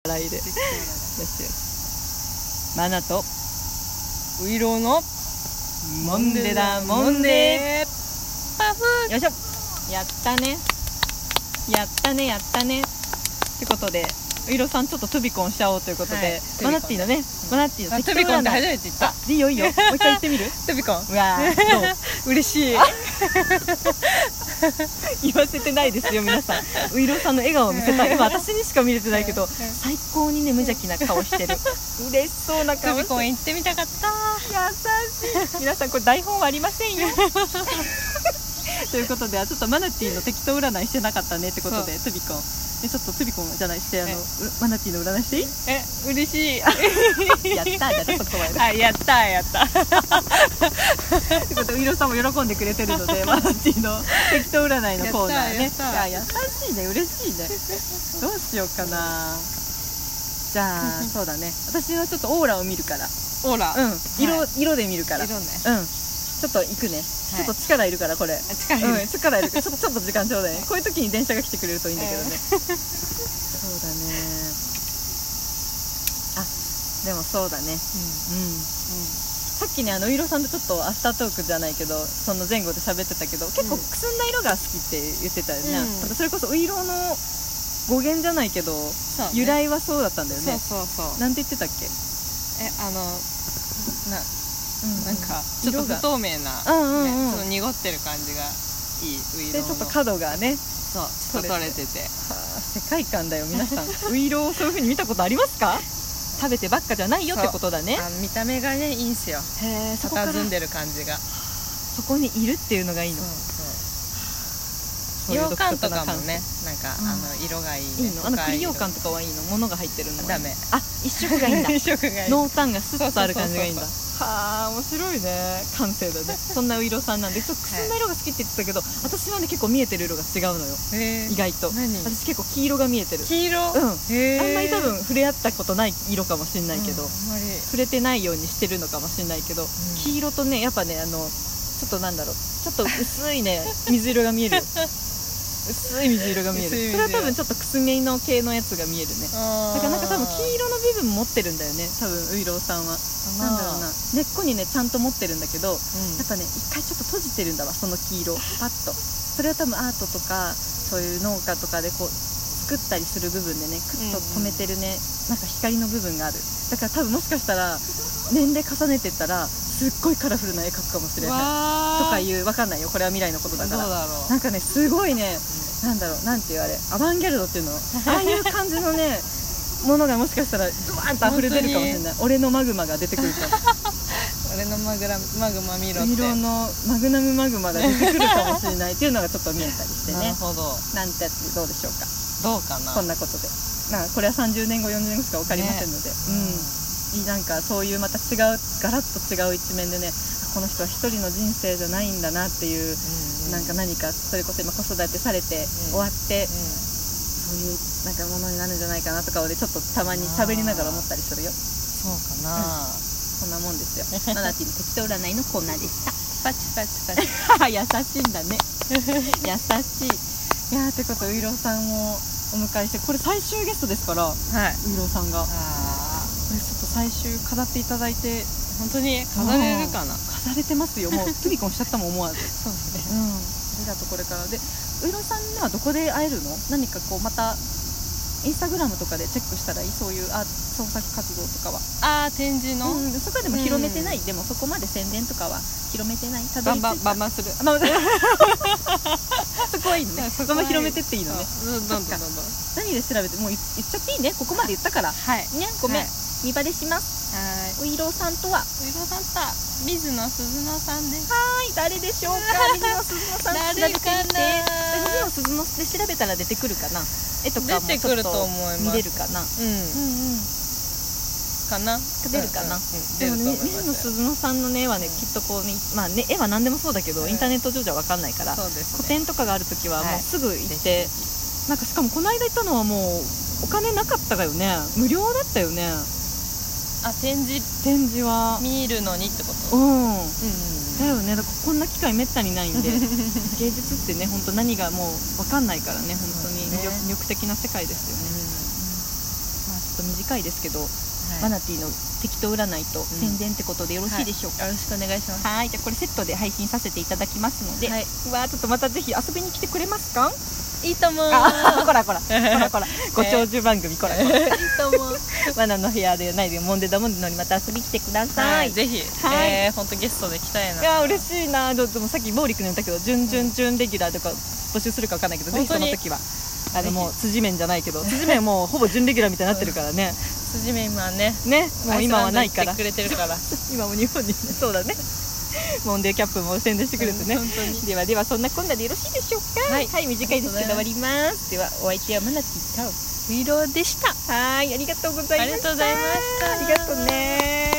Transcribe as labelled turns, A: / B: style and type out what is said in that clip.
A: 笑いでですよマナとウイローのモンデだモンデ
B: パフ
A: よいしょやったねやったねやったねってことでウイローさんちょっとトビコンしちゃおうということで、
B: はい
A: マナティーのねマナティーの
B: あトビコンって初めて言った
A: あいいよいいよもう一回言ってみる
B: トビコン
A: うわー どう
B: 嬉しい
A: 言わせてないですよ皆さんウイロさんの笑顔を見せたい今私にしか見れてないけど
B: うんうん
A: 最高にね無邪気な顔してる 嬉しそうな
B: ト
A: 顔
B: ビ
A: して
B: コ
A: る
B: ン行ってみたかった
A: 優しい皆さんこれ台本はありませんよ ということであちょっとマナティーの適当占いしてなかったねってことでトビコンでちょっとトビコンじゃないしてあの
B: え
A: うマナティーの占いしていい
B: え嬉し い
A: やったーじゃあそこまで
B: あやったやった
A: ということでウイロさんも喜んでくれてるのでマナティーの 適当占いのコーナーね
B: やったー
A: いや優しいね嬉しいねどうしようかなじゃあ そうだね私はちょっとオーラを見るからう
B: オーラ
A: ん色,、
B: はい
A: 色で見るから
B: 色ね
A: うんちょっと行くね、ちょっと力いるからこれ
B: あ近い
A: うん、力いるからちょっとちょっと時間ちょうだいねこういう時に電車が来てくれるといいんだけ どね、
B: え
A: そうだねあでもそうだねうんさっきねあの色さんとちょっとアフタートークじゃないけどその前後で喋ってたけど結構
B: うん
A: くすんだ色が好きって言ってたよね、なん
B: うん
A: かそれこそウイロの語源じゃないけど、由来はそうだったんだよ
B: そう
A: ね
B: そうそう
A: なんて言ってたっけ、
B: えあの
A: う
B: な
A: ん
B: なんかちょっと
A: 色が
B: 不透明な
A: うんうんうん
B: ねその濁ってる感じがいいウイロ
A: で
B: の
A: ちょっと角がね
B: そうちょっと取れてて
A: はあ世界観だよ皆さんウイロをそういう風に見たことありますか食べてばっかじゃないよってことだね
B: あ見た目がねいいんすよ
A: へえそこから
B: 佇んでる感じが
A: そこにいるっていうのがいいの
B: そう
A: そ
B: そうう
A: いう
B: 羊
A: 独
B: 羹
A: 特
B: と
A: な
B: かも
A: 感じ
B: ねなんか、
A: うん
B: あの色がいいね
A: いいのあ
B: 都
A: の
B: 会
A: 栗
B: 色
A: 羊羹とかはいいの物が入ってるの
B: ダメ
A: あ一色がいいん だ
B: 色がいい
A: 濃淡がスッとある感じがいいんだ
B: そう
A: はあ面白いね感性だねそんなウイロさんなんでちょっとくすんだ色が好きって言ってたけど、私はね結構見えてる色が違うのよ
B: へー
A: 意外と
B: 何
A: 私結構黄色が見えてる
B: 黄色
A: うん
B: へ
A: あ
B: ー
A: んまり多分触れ合ったことない色かもしれないけど、
B: うんあんまり
A: 触れてないようにしてるのかもしれないけど、黄色とねやっぱねあのちょっとなんだろうちょっと薄い ね水色が見えるよ薄い水色が見える
B: 薄い水色
A: それは多分ちょっとくすみの系のやつが見えるね
B: あー
A: だからなんか多分黄色の部分持ってるんだよね多分ウイロウさんは
B: あー
A: なんだろうな根っこにねちゃんと持ってるんだけど
B: うん
A: やっぱね一回ちょっと閉じてるんだわその黄色パッとそれは多分アートとかそういう農家とかでこう作ったりする部分でねクッと止めてるね、なんか光の部分があるだから多分もしかしたら年齢重ねてったらすっごいカラフルな絵描くかもしれないと
B: わ
A: か
B: ー
A: いうわかんないよこれは未来のことだか
B: どう
A: ら
B: だろう
A: なんかねすごいねなんだろうなんていうあれアバンギャルドっていうのああいう感じの ねものがもしかしたらドワーンと溢れ出るかもしれない俺のマグマが出てくるかも
B: 俺のマグラマグマ見ろって
A: 海色のマグナムマグマが出てくるかもしれないっていうのがちょっと見えたりして
B: な
A: ね
B: るほど
A: なんてやつどうでしょうか
B: どうかな
A: こんなことでまあこれは30年後40年後しか分かりませんので、うんいいなんかそういうまた違うガラッと違う一面でねあこの人は一人の人生じゃないんだなっていう、
B: うん
A: なんか何かそれこそ今子育てされて、
B: う
A: 終わ
B: ん
A: って、
B: うん
A: そういうなんかものになるんじゃないかなとかをねちょっとたまに喋りながら思ったりするよ
B: そうかな
A: そんなもんですよ マナティの適当占いのコーナーでした
B: パチパチパ チ
A: 優しいんだね優しいいやーってことでウイローさんをお迎えしてこれ最終ゲストですからウ
B: はい
A: イローさんがこ
B: あー
A: れちょっと最終飾っていただいて
B: 本当に飾れるかな
A: 飾れてますよもうトビコンしちゃったもん思わず
B: そうね
A: うんありがとうこれからでウイローさんにはどこで会えるの何かこうまたインスタグラムとかでチェックしたらいいそういうアート創作活動とかは、
B: ああ展示の
A: うん、そこはでも広めてない、でもそこまで宣伝とかは広めてないたど
B: バ
A: り
B: ン
A: 着い
B: バ
A: た
B: ンバンバンする
A: あまあ、そこはいいのね。 そこも広めてっていいのね。
B: そうどんどんどんどん
A: 何で調べてもう言言っちゃっていいね。ここまで言ったから。ね、
B: はい
A: ごめん。
B: はい
A: 見バレします。
B: はい
A: お色さんとは、は
B: ウイロさんた水野鈴乃さんです
A: い、誰でしょうか。 水野鈴乃さん調べてみ
B: 誰
A: て
B: か。な
A: 水野鈴乃で調べたら出てくるかな。絵とかも
B: 出て
A: ちょ
B: く
A: っ
B: ると
A: と
B: 思います
A: 見れるかな。
B: うん
A: んうん。
B: かな
A: 出るかな
B: うん
A: でも
B: うん
A: ね
B: 出ると思い
A: 水野
B: ます
A: 鈴乃さんのね絵はね、
B: うん
A: きっとこうね、まあね絵は何でもそうだけど、
B: うん
A: インターネット上じゃわかんないから。
B: そうです
A: 個
B: ね
A: 展とかがあるときはも
B: は
A: う
B: い
A: すぐ行って。
B: ぜひぜ
A: なんかしかもこの間行ったのはもうお金なかったがよね無料だったよね
B: ひあ展示
A: 展示は
B: 見るのにってこと
A: う
B: うん
A: んだ
B: うん
A: よねだからこんな機会めったにないん で芸術ってね本当何がもう分かんないからね本当に魅
B: そうね
A: 力,、魅力的な世界ですよね、
B: うん
A: まあちょっと短いですけど、
B: はい
A: マナティーの適当占いと宣伝ってことでよろしいでしょうか、
B: よろしくお願いします。
A: はいじゃあこれセットで配信させていただきますので、
B: はいう
A: わーちょっとまたぜひ遊びに来てくれますか
B: いいと思う。
A: あこらこらこらこ らご長寿番組こらこら、
B: いいと思う。
A: マナの部屋ではないでモンデダモンデのにまた遊びに来てくださ、
B: はいい、ぜひ、
A: はい
B: えー、本当ゲストで来たい
A: い
B: な。
A: やー嬉しいなちょっともうさっきボーリックに言ったけど準々準レギュラーとか募集するかわかんないけどぜひ
B: 本当
A: その
B: に
A: 時はあ
B: ぜ
A: の
B: ひ
A: もう辻面じゃないけど辻面もうほぼ準レギュラーみたいになってるから ね
B: 辻め今はね、
A: ねもう今はないから
B: アイスランド行ってくれてる から。
A: 今も日本にねそうだねモンデーキャップも宣伝してくれてね、
B: うん本当に
A: ではではそんなこんなでよろしいでしょうか
B: はい
A: 短いですけど終わりますではお相手はマナティとウィローでしたはいありがとうございました
B: ありがとうございました
A: ありがとうね